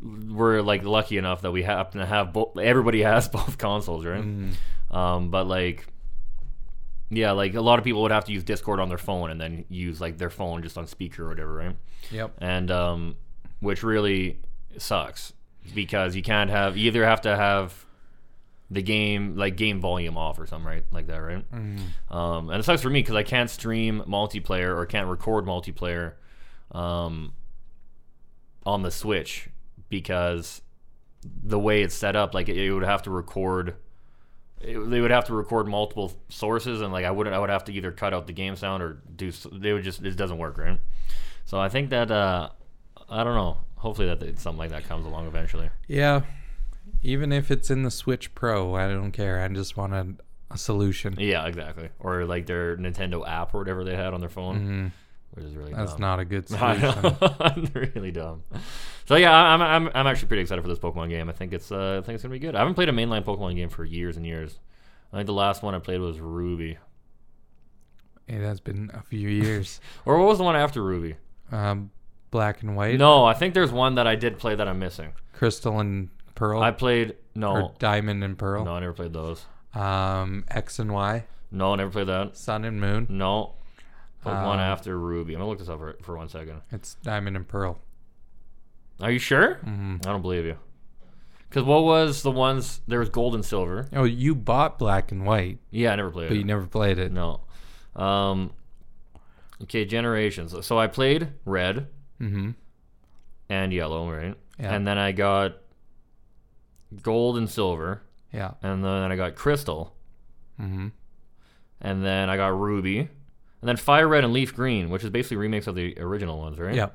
Speaker 1: we're like lucky enough that we happen to have both. Everybody has both consoles, right?
Speaker 2: Mm,
Speaker 1: Um, but like, yeah, like a lot of people would have to use Discord on their phone and then use like their phone just on speaker or whatever, right?
Speaker 2: yep.
Speaker 1: And um, which really sucks because you can't have you either have to have the game like game volume off or something right like that right
Speaker 2: Mm.
Speaker 1: um, and it sucks for me because i can't stream multiplayer or can't record multiplayer um, on the switch because the way it's set up like it, it would have to record it, they would have to record multiple sources and like i wouldn't i would have to either cut out the game sound or do s- they would just it doesn't work right so i think that uh i don't know hopefully that that something like that comes along eventually
Speaker 2: Yeah. Even if it's in the Switch Pro, I don't care. I just want a, a solution.
Speaker 1: Yeah, exactly. Or like their Nintendo app or whatever they had on their phone, which is really
Speaker 2: That's
Speaker 1: dumb.
Speaker 2: not a good
Speaker 1: I
Speaker 2: solution.
Speaker 1: know. really dumb. So yeah, I- I'm, I'm I'm actually pretty excited for this Pokemon game. I think it's uh, I think it's gonna be good. I haven't played a mainline Pokemon game for years and years. I think the last one I played was Ruby,
Speaker 2: it has been a few years.
Speaker 1: or what was the one after Ruby?
Speaker 2: Um, black and white,
Speaker 1: No, I think there's one that I did play that I'm missing.
Speaker 2: crystal and pearl,
Speaker 1: I played
Speaker 2: or
Speaker 1: no,
Speaker 2: diamond and pearl,
Speaker 1: no, I never played those.
Speaker 2: um, X and Y,
Speaker 1: No, I never played that.
Speaker 2: sun and moon.
Speaker 1: No, Pokemon
Speaker 2: Um,
Speaker 1: after Ruby. I'm gonna look this up for, for one second.
Speaker 2: It's diamond and pearl.
Speaker 1: Are you sure?
Speaker 2: Mhm.
Speaker 1: I don't believe you. Because what was the ones? There was gold and silver.
Speaker 2: Oh, you bought black and white,
Speaker 1: Yeah, I never played
Speaker 2: but you
Speaker 1: it.
Speaker 2: never played it.
Speaker 1: No. Um, Okay, generations. So I played red and yellow, right?
Speaker 2: Mm-hmm. Yeah.
Speaker 1: And then I got gold and silver,
Speaker 2: Yeah.
Speaker 1: and then I got crystal,
Speaker 2: hmm
Speaker 1: and then I got ruby, and then fire red and leaf green, which is basically remakes of the original ones, right?
Speaker 2: Yeah.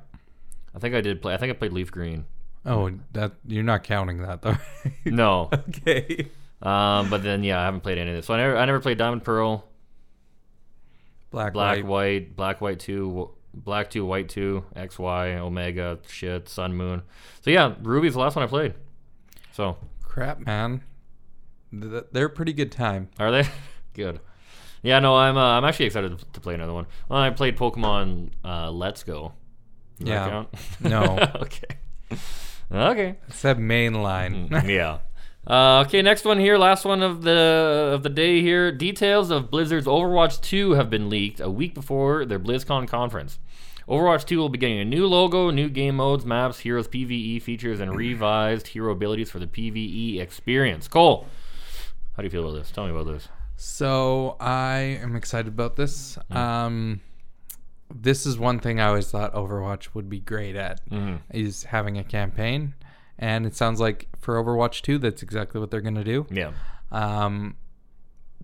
Speaker 1: I think I did play. I think I played leaf green.
Speaker 2: Oh, that you're not counting that though.
Speaker 1: No,
Speaker 2: okay.
Speaker 1: um, but then yeah, I haven't played any of this. So I never, I never played diamond pearl,
Speaker 2: Black,
Speaker 1: black
Speaker 2: white.
Speaker 1: white, black white two, w- black two, white two, X Y, omega, shit, sun moon. So yeah, ruby's the last one I played. So
Speaker 2: Crap, man. Th- They're a pretty good time.
Speaker 1: Are they good? Yeah, no, I'm. Uh, I'm actually excited to- to play another one. Well, I played Pokemon uh, Let's Go. Does that
Speaker 2: Yeah.
Speaker 1: count?
Speaker 2: No.
Speaker 1: okay. Okay.
Speaker 2: It's that main
Speaker 1: Mm-hmm.
Speaker 2: line.
Speaker 1: yeah. Uh, okay, next one here, last one of the of the day here. Details of Blizzard's Overwatch 2 have been leaked a week before their BlizzCon conference. Overwatch 2 will be getting a new logo, new game modes, maps, heroes, PVE features, and revised hero abilities for the PVE experience. Cole, how do you feel about this? Tell me about this.
Speaker 2: So I am excited about this.
Speaker 1: Mm-hmm.
Speaker 2: Um, this is one thing I always thought Overwatch would be great at
Speaker 1: Mm-hmm.
Speaker 2: is having a campaign, and it sounds like for Overwatch 2, that's exactly what they're going to do.
Speaker 1: Yeah.
Speaker 2: Um,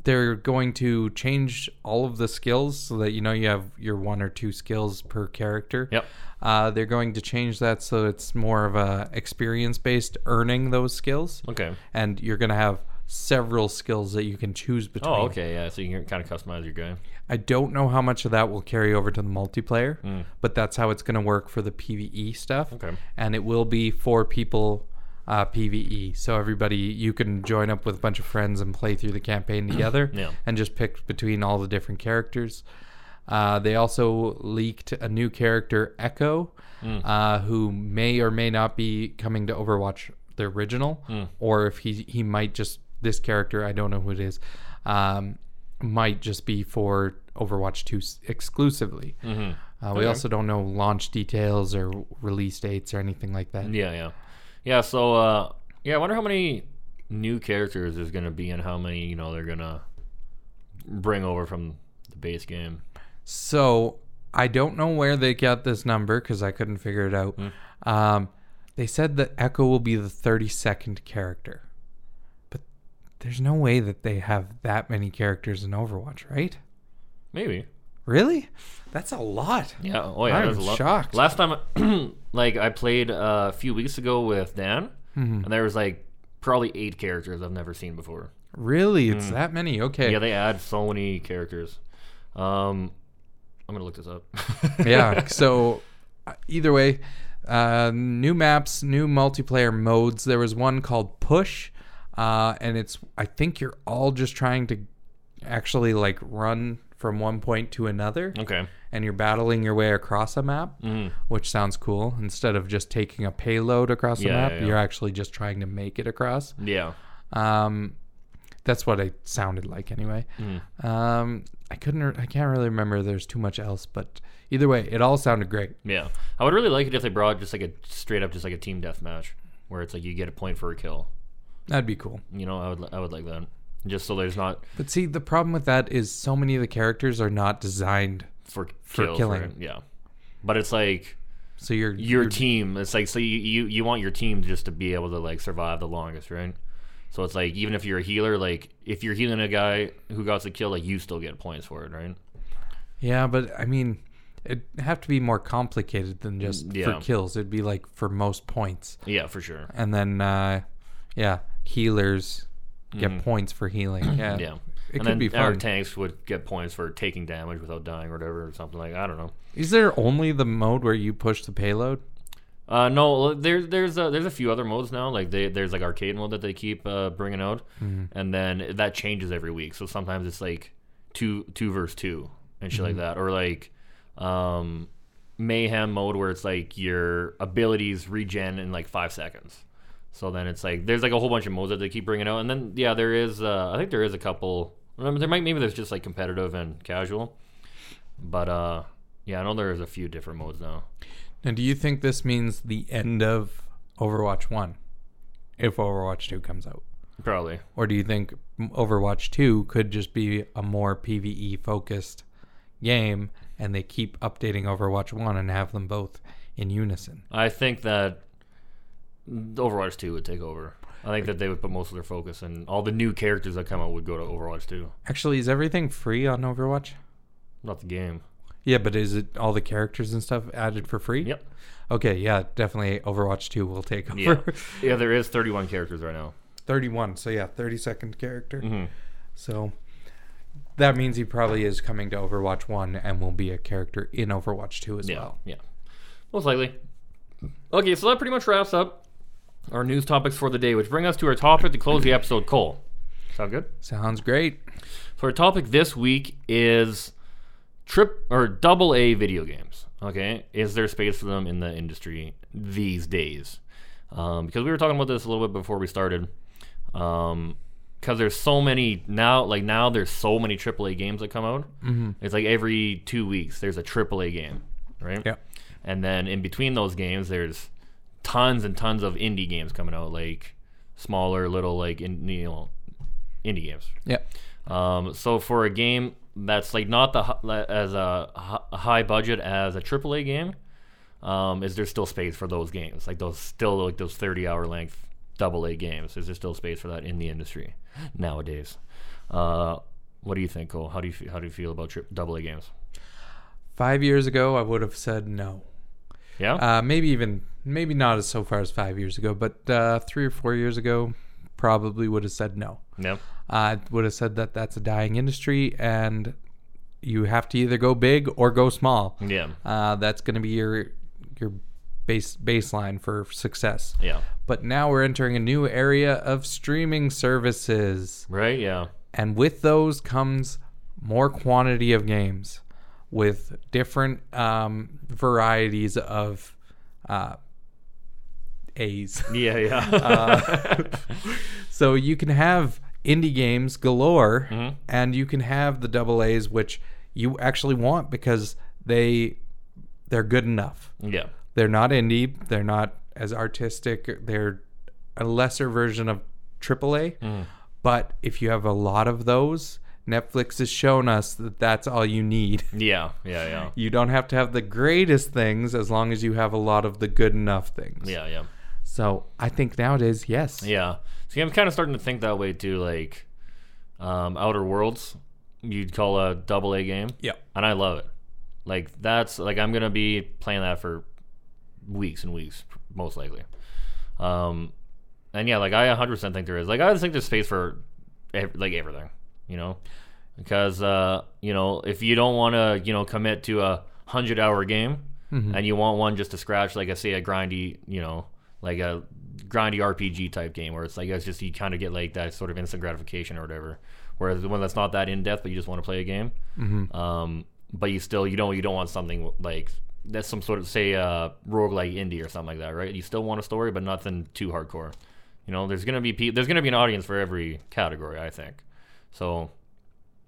Speaker 2: they're going to change all of the skills so that you know you have your one or two skills per character.
Speaker 1: Yep.
Speaker 2: Uh, they're going to change that so it's more of a experience based earning those skills,
Speaker 1: Okay.
Speaker 2: and you're going to have several skills that you can choose between.
Speaker 1: Oh, okay, yeah. So you can kind of customize your guy.
Speaker 2: I don't know how much of that will carry over to the multiplayer, but that's how it's going to work for the PVE stuff.
Speaker 1: Mm. Okay.
Speaker 2: And it will be four people uh, PVE. So everybody, you can join up with a bunch of friends and play through the campaign together
Speaker 1: Yeah.
Speaker 2: and just pick between all the different characters. Uh, they also leaked a new character, Echo, uh, who may or may not be coming to Overwatch the original, or if he he might just this character I don't know who it is, um, might just be for Overwatch two s- exclusively. Uh, We also don't know launch details or release dates or anything like that.
Speaker 1: Yeah, yeah, yeah. So, uh, yeah, I wonder how many new characters there's gonna be and how many you know they're gonna bring over from the base game.
Speaker 2: So I don't know where they got this number because I couldn't figure it out. Um, they said that Echo will be the 32nd character, but there's no way that they have that many characters in Overwatch, right?
Speaker 1: Maybe.
Speaker 2: Really? That's a lot.
Speaker 1: Yeah. Oh yeah.
Speaker 2: I'm
Speaker 1: there's a lot.
Speaker 2: shocked.
Speaker 1: Last time, like I played uh, a few weeks ago with Dan,
Speaker 2: Mm-hmm.
Speaker 1: and there was like probably eight characters I've never seen before.
Speaker 2: Really, it's that many? Okay.
Speaker 1: Yeah, they add so many characters. Um, I'm gonna look this up.
Speaker 2: yeah. So uh, either way, uh, new maps, new multiplayer modes. There was one called Push, uh, and it's I think you're all just trying to actually like run from one point to another,
Speaker 1: okay.
Speaker 2: and you're battling your way across a map,
Speaker 1: Mm-hmm.
Speaker 2: which sounds cool. Instead of just taking a payload across the
Speaker 1: Yeah,
Speaker 2: map,
Speaker 1: yeah, yeah.
Speaker 2: you're actually just trying to make it across.
Speaker 1: Yeah.
Speaker 2: Um, that's what it sounded like anyway.
Speaker 1: Hmm.
Speaker 2: Um, I couldn't. re- I can't really remember. There's too much else, but either way, it all sounded great.
Speaker 1: Yeah, I would really like it if they brought just like a straight up just like a team deathmatch where it's like you get a point for a kill.
Speaker 2: That'd be cool.
Speaker 1: You know, I would li- I would like that. Just so there's not
Speaker 2: But see, the problem with that is so many of the characters are not designed.
Speaker 1: for
Speaker 2: For
Speaker 1: kills,
Speaker 2: killing.
Speaker 1: right? Yeah, but it's like
Speaker 2: So you're
Speaker 1: your team. It's like so you, you you want your team just to be able to like survive the longest, right? So it's like even if you're a healer, like if you're healing a guy who got the kill, like you still get points for it, right?
Speaker 2: yeah, but I mean, it'd have to be more complicated than just
Speaker 1: Mm, yeah.
Speaker 2: for kills. It'd be like for most points,
Speaker 1: Yeah, for sure.
Speaker 2: and then uh, yeah, healers get points for healing. Yeah,
Speaker 1: Mm-hmm. Yeah.
Speaker 2: It
Speaker 1: and
Speaker 2: could
Speaker 1: then
Speaker 2: be
Speaker 1: our
Speaker 2: fun.
Speaker 1: tanks would get points for taking damage without dying or whatever, or something like I don't know.
Speaker 2: Is there only the mode where you push the payload?
Speaker 1: Uh, no, there's there's a, there's a few other modes now. Like they, there's like arcade mode that they keep uh, bringing out, and then that changes every week. So sometimes it's like two two verse two and shit like that, or like um, mayhem mode where it's like your abilities regen in like five seconds. So then it's like there's like a whole bunch of modes that they keep bringing out, and then yeah, there is uh, I think there is a couple. I mean, there might maybe there's just like competitive and casual, but uh, yeah, I know there is a few different modes now.
Speaker 2: Now, do you think this means the end of Overwatch 1 if Overwatch 2 comes out?
Speaker 1: Probably.
Speaker 2: Or do you think Overwatch 2 could just be a more PvE focused E game and they keep updating Overwatch 1 and have them both in unison.
Speaker 1: I think that Overwatch 2 would take over. I think that they would put most of their focus and all the new characters that come out would go to Overwatch 2,
Speaker 2: Actually, is everything free on Overwatch?
Speaker 1: not the game.
Speaker 2: Yeah, but is it all the characters and stuff added for free?
Speaker 1: Yep.
Speaker 2: Okay, yeah, definitely Overwatch 2 will take over.
Speaker 1: Yeah. yeah, there is 31 characters right now.
Speaker 2: 31, so yeah, 32nd character. So that means he probably is coming to Overwatch 1 and will be a character in Overwatch 2 as
Speaker 1: Yeah.
Speaker 2: well.
Speaker 1: Yeah. Most likely. Okay, so that pretty much wraps up our news topics for the day, which bring us to our topic to close the episode, Cole. Sound good?
Speaker 2: Sounds great.
Speaker 1: So our topic this week is trip or double A video games. Okay, is there space for them in the industry these days? Um, because we were talking about this a little bit before we started. Um, because there's so many now, like now there's so many AAA games that come out. Mm-hmm. It's like every two weeks there's a AAA game, right?
Speaker 2: Yeah.
Speaker 1: And then in between those games, there's tons and tons of indie games coming out, like smaller little like in, you know, indie games.
Speaker 2: Yeah.
Speaker 1: Um, so for a game that's like not the hi- as a hi- high budget as a AAA game, um, is there still space for those games? Like those still like those thirty hour length double A games? Is there still space for that in the industry nowadays? Uh, what do you think, Cole? How do you fe- how do you feel about tri- double A games?
Speaker 2: 5 years ago I would have said no.
Speaker 1: Yeah,
Speaker 2: Uh, maybe even maybe not as so far as 5 years ago, but uh, 3 or 4 years ago probably would have said no.
Speaker 1: yeah,
Speaker 2: I would have said that that's a dying industry and you have to either go big or go small.
Speaker 1: yeah,
Speaker 2: Uh, that's going to be your your base baseline for success.
Speaker 1: yeah.
Speaker 2: But now we're entering a new area of streaming services,
Speaker 1: Right? Yeah,
Speaker 2: and with those comes more quantity of games with different um, varieties of uh, A's.
Speaker 1: yeah, yeah.
Speaker 2: So you can have indie games galore, and you can have the double A's, which you actually want because they they're good enough.
Speaker 1: yeah.
Speaker 2: They're not indie. They're not as artistic. They're a lesser version of AAA. But if you have a lot of those, Netflix has shown us that that's all you need.
Speaker 1: Yeah, yeah, yeah,
Speaker 2: You don't have to have the greatest things as long as you have a lot of the good enough things.
Speaker 1: yeah, yeah.
Speaker 2: So I think nowadays, yes.
Speaker 1: Yeah. See, I'm kind of starting to think that way too. Like, um, Outer Worlds, you'd call a double A game,
Speaker 2: Yeah.
Speaker 1: and I love it. Like that's like I'm gonna be playing that for weeks and weeks, most likely. Um, and yeah, like I 100% think there is. Like I just think there's space for ev- like everything, you know, because uh, you know if you don't want to you know commit to a hundred hour game and you want one just to scratch like I say a grindy you know like a grindy RPG type game where it's like it's just you kind of get like that sort of instant gratification or whatever. Whereas the one that's not that in depth but you just want to play a game, um, but you still you don't you don't want something like that's some sort of say uh roguelike indie or something like that, right? You still want a story, but nothing too hardcore. You know, there's gonna be pe- there's gonna be an audience for every category, I think. So,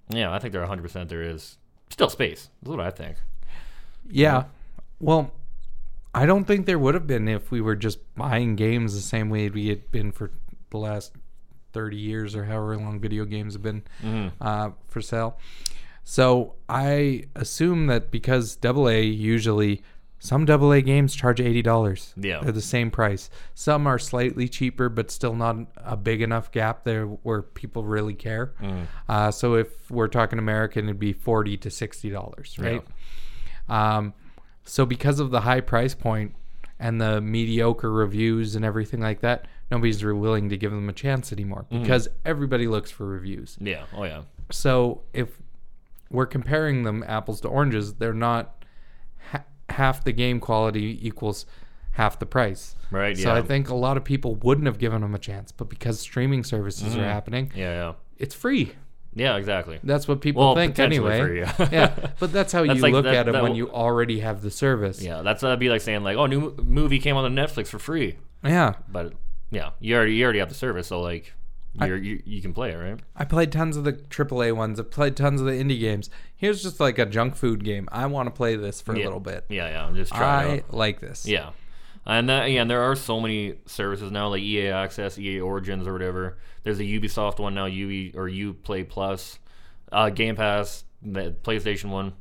Speaker 1: yeah, I think there 100 percent there is still space. That's what I think.
Speaker 2: Yeah. Well, I don't think there would have been if we were just buying games the same way we had been for the last 30 years or however long video games have been uh, for sale. So I assume that because AA usually, some AA games charge $80.
Speaker 1: Yeah.
Speaker 2: They're the same price. Some are slightly cheaper, but still not a big enough gap there where people really care. Uh, so if we're talking American, it'd be 40 to $60, right? Um, so because of the high price point and the mediocre reviews and everything like that, nobody's re- willing to give them a chance anymore
Speaker 1: Mm.
Speaker 2: because everybody looks for reviews.
Speaker 1: Yeah. Oh yeah.
Speaker 2: So if we're comparing them apples to oranges, they're not ha- half the game quality equals half the price.
Speaker 1: Right.
Speaker 2: So
Speaker 1: yeah.
Speaker 2: I think a lot of people wouldn't have given them a chance, but because streaming services
Speaker 1: Mm.
Speaker 2: are happening,
Speaker 1: yeah. Yeah.
Speaker 2: it's free.
Speaker 1: Yeah. Exactly.
Speaker 2: That's what people
Speaker 1: Well,
Speaker 2: think
Speaker 1: potentially
Speaker 2: anyway.
Speaker 1: free, yeah.
Speaker 2: but that's how
Speaker 1: That's
Speaker 2: you
Speaker 1: like-
Speaker 2: look
Speaker 1: that-
Speaker 2: at it
Speaker 1: that
Speaker 2: when
Speaker 1: will-
Speaker 2: you already have the service.
Speaker 1: Yeah. That's that'd be like saying like, oh, new mo- movie came on the Netflix for free,
Speaker 2: Yeah.
Speaker 1: but yeah, you already you already have the service, so like, you're, you you can play it, right?
Speaker 2: I played tons of the AAA ones. I played tons of the indie games. Here's just like a junk food game. I want to play this for a little bit.
Speaker 1: Yeah. Yeah. Just try it out.
Speaker 2: I like this.
Speaker 1: Yeah. And that, yeah, and there are so many services now, like EA Access, EA Origins, or whatever. There's a Ubisoft one now, E, UE or UPlay Plus, uh, Game Pass, the PlayStation one.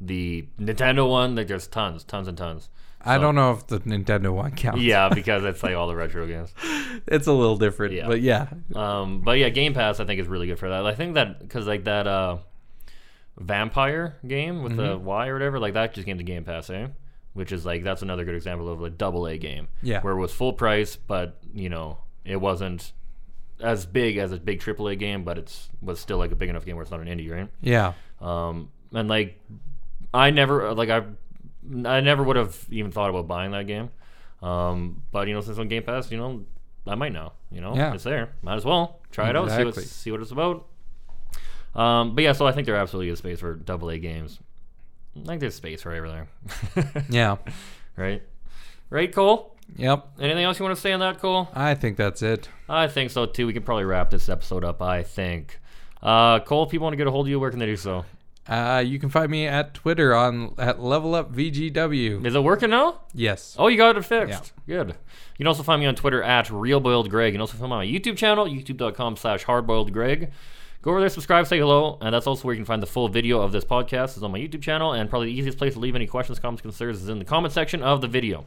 Speaker 1: the Nintendo one, like there's tons, tons and tons.
Speaker 2: I don't know if the Nintendo one counts.
Speaker 1: Yeah, because it's like all the retro games.
Speaker 2: it's a little different,
Speaker 1: Yeah.
Speaker 2: but yeah,
Speaker 1: Um, but yeah, Game Pass I think is really good for that. I think that because like that uh, vampire game with the Y or whatever, like that just came to Game Pass, eh? Which is like that's another good example of a double A game,
Speaker 2: Yeah.
Speaker 1: where it was full price, but you know it wasn't as big as a big triple A game, but it's was still like a big enough game where it's not an indie, right?
Speaker 2: yeah,
Speaker 1: Um, and like, I never like I, I never would have even thought about buying that game. Um, but you know, since on Game Pass, you know, I might now. You know,
Speaker 2: Yeah.
Speaker 1: it's there. Might as well try it out. See
Speaker 2: Exactly.
Speaker 1: what see what it's about. Um, but yeah, so I think there absolutely is space for double A games. I think there's space for everything,
Speaker 2: yeah,
Speaker 1: right? Right, Cole.
Speaker 2: yep.
Speaker 1: Anything else you want to say on that, Cole?
Speaker 2: I think that's it.
Speaker 1: I think so too. We can probably wrap this episode up. I think. Uh, Cole, if people want to get a hold of you, where can they do so?
Speaker 2: Uh, you can find me at Twitter on at Level Up VGW.
Speaker 1: Is it working now?
Speaker 2: Yes.
Speaker 1: Oh, you got it fixed. Good. You can also find me on Twitter at RealBoiledGreg. You can also find me on my YouTube channel, youtube.com slash hardboiledgreg. Go over there, subscribe, say hello, and that's also where you can find the full video of this podcast is on my YouTube channel, and probably the easiest place to leave any questions, comments, concerns is in the comment section of the video.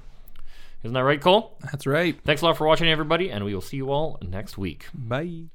Speaker 1: Isn't that right, Cole?
Speaker 2: That's right.
Speaker 1: Thanks a lot for watching, everybody, and we will see you all next week.
Speaker 2: Bye.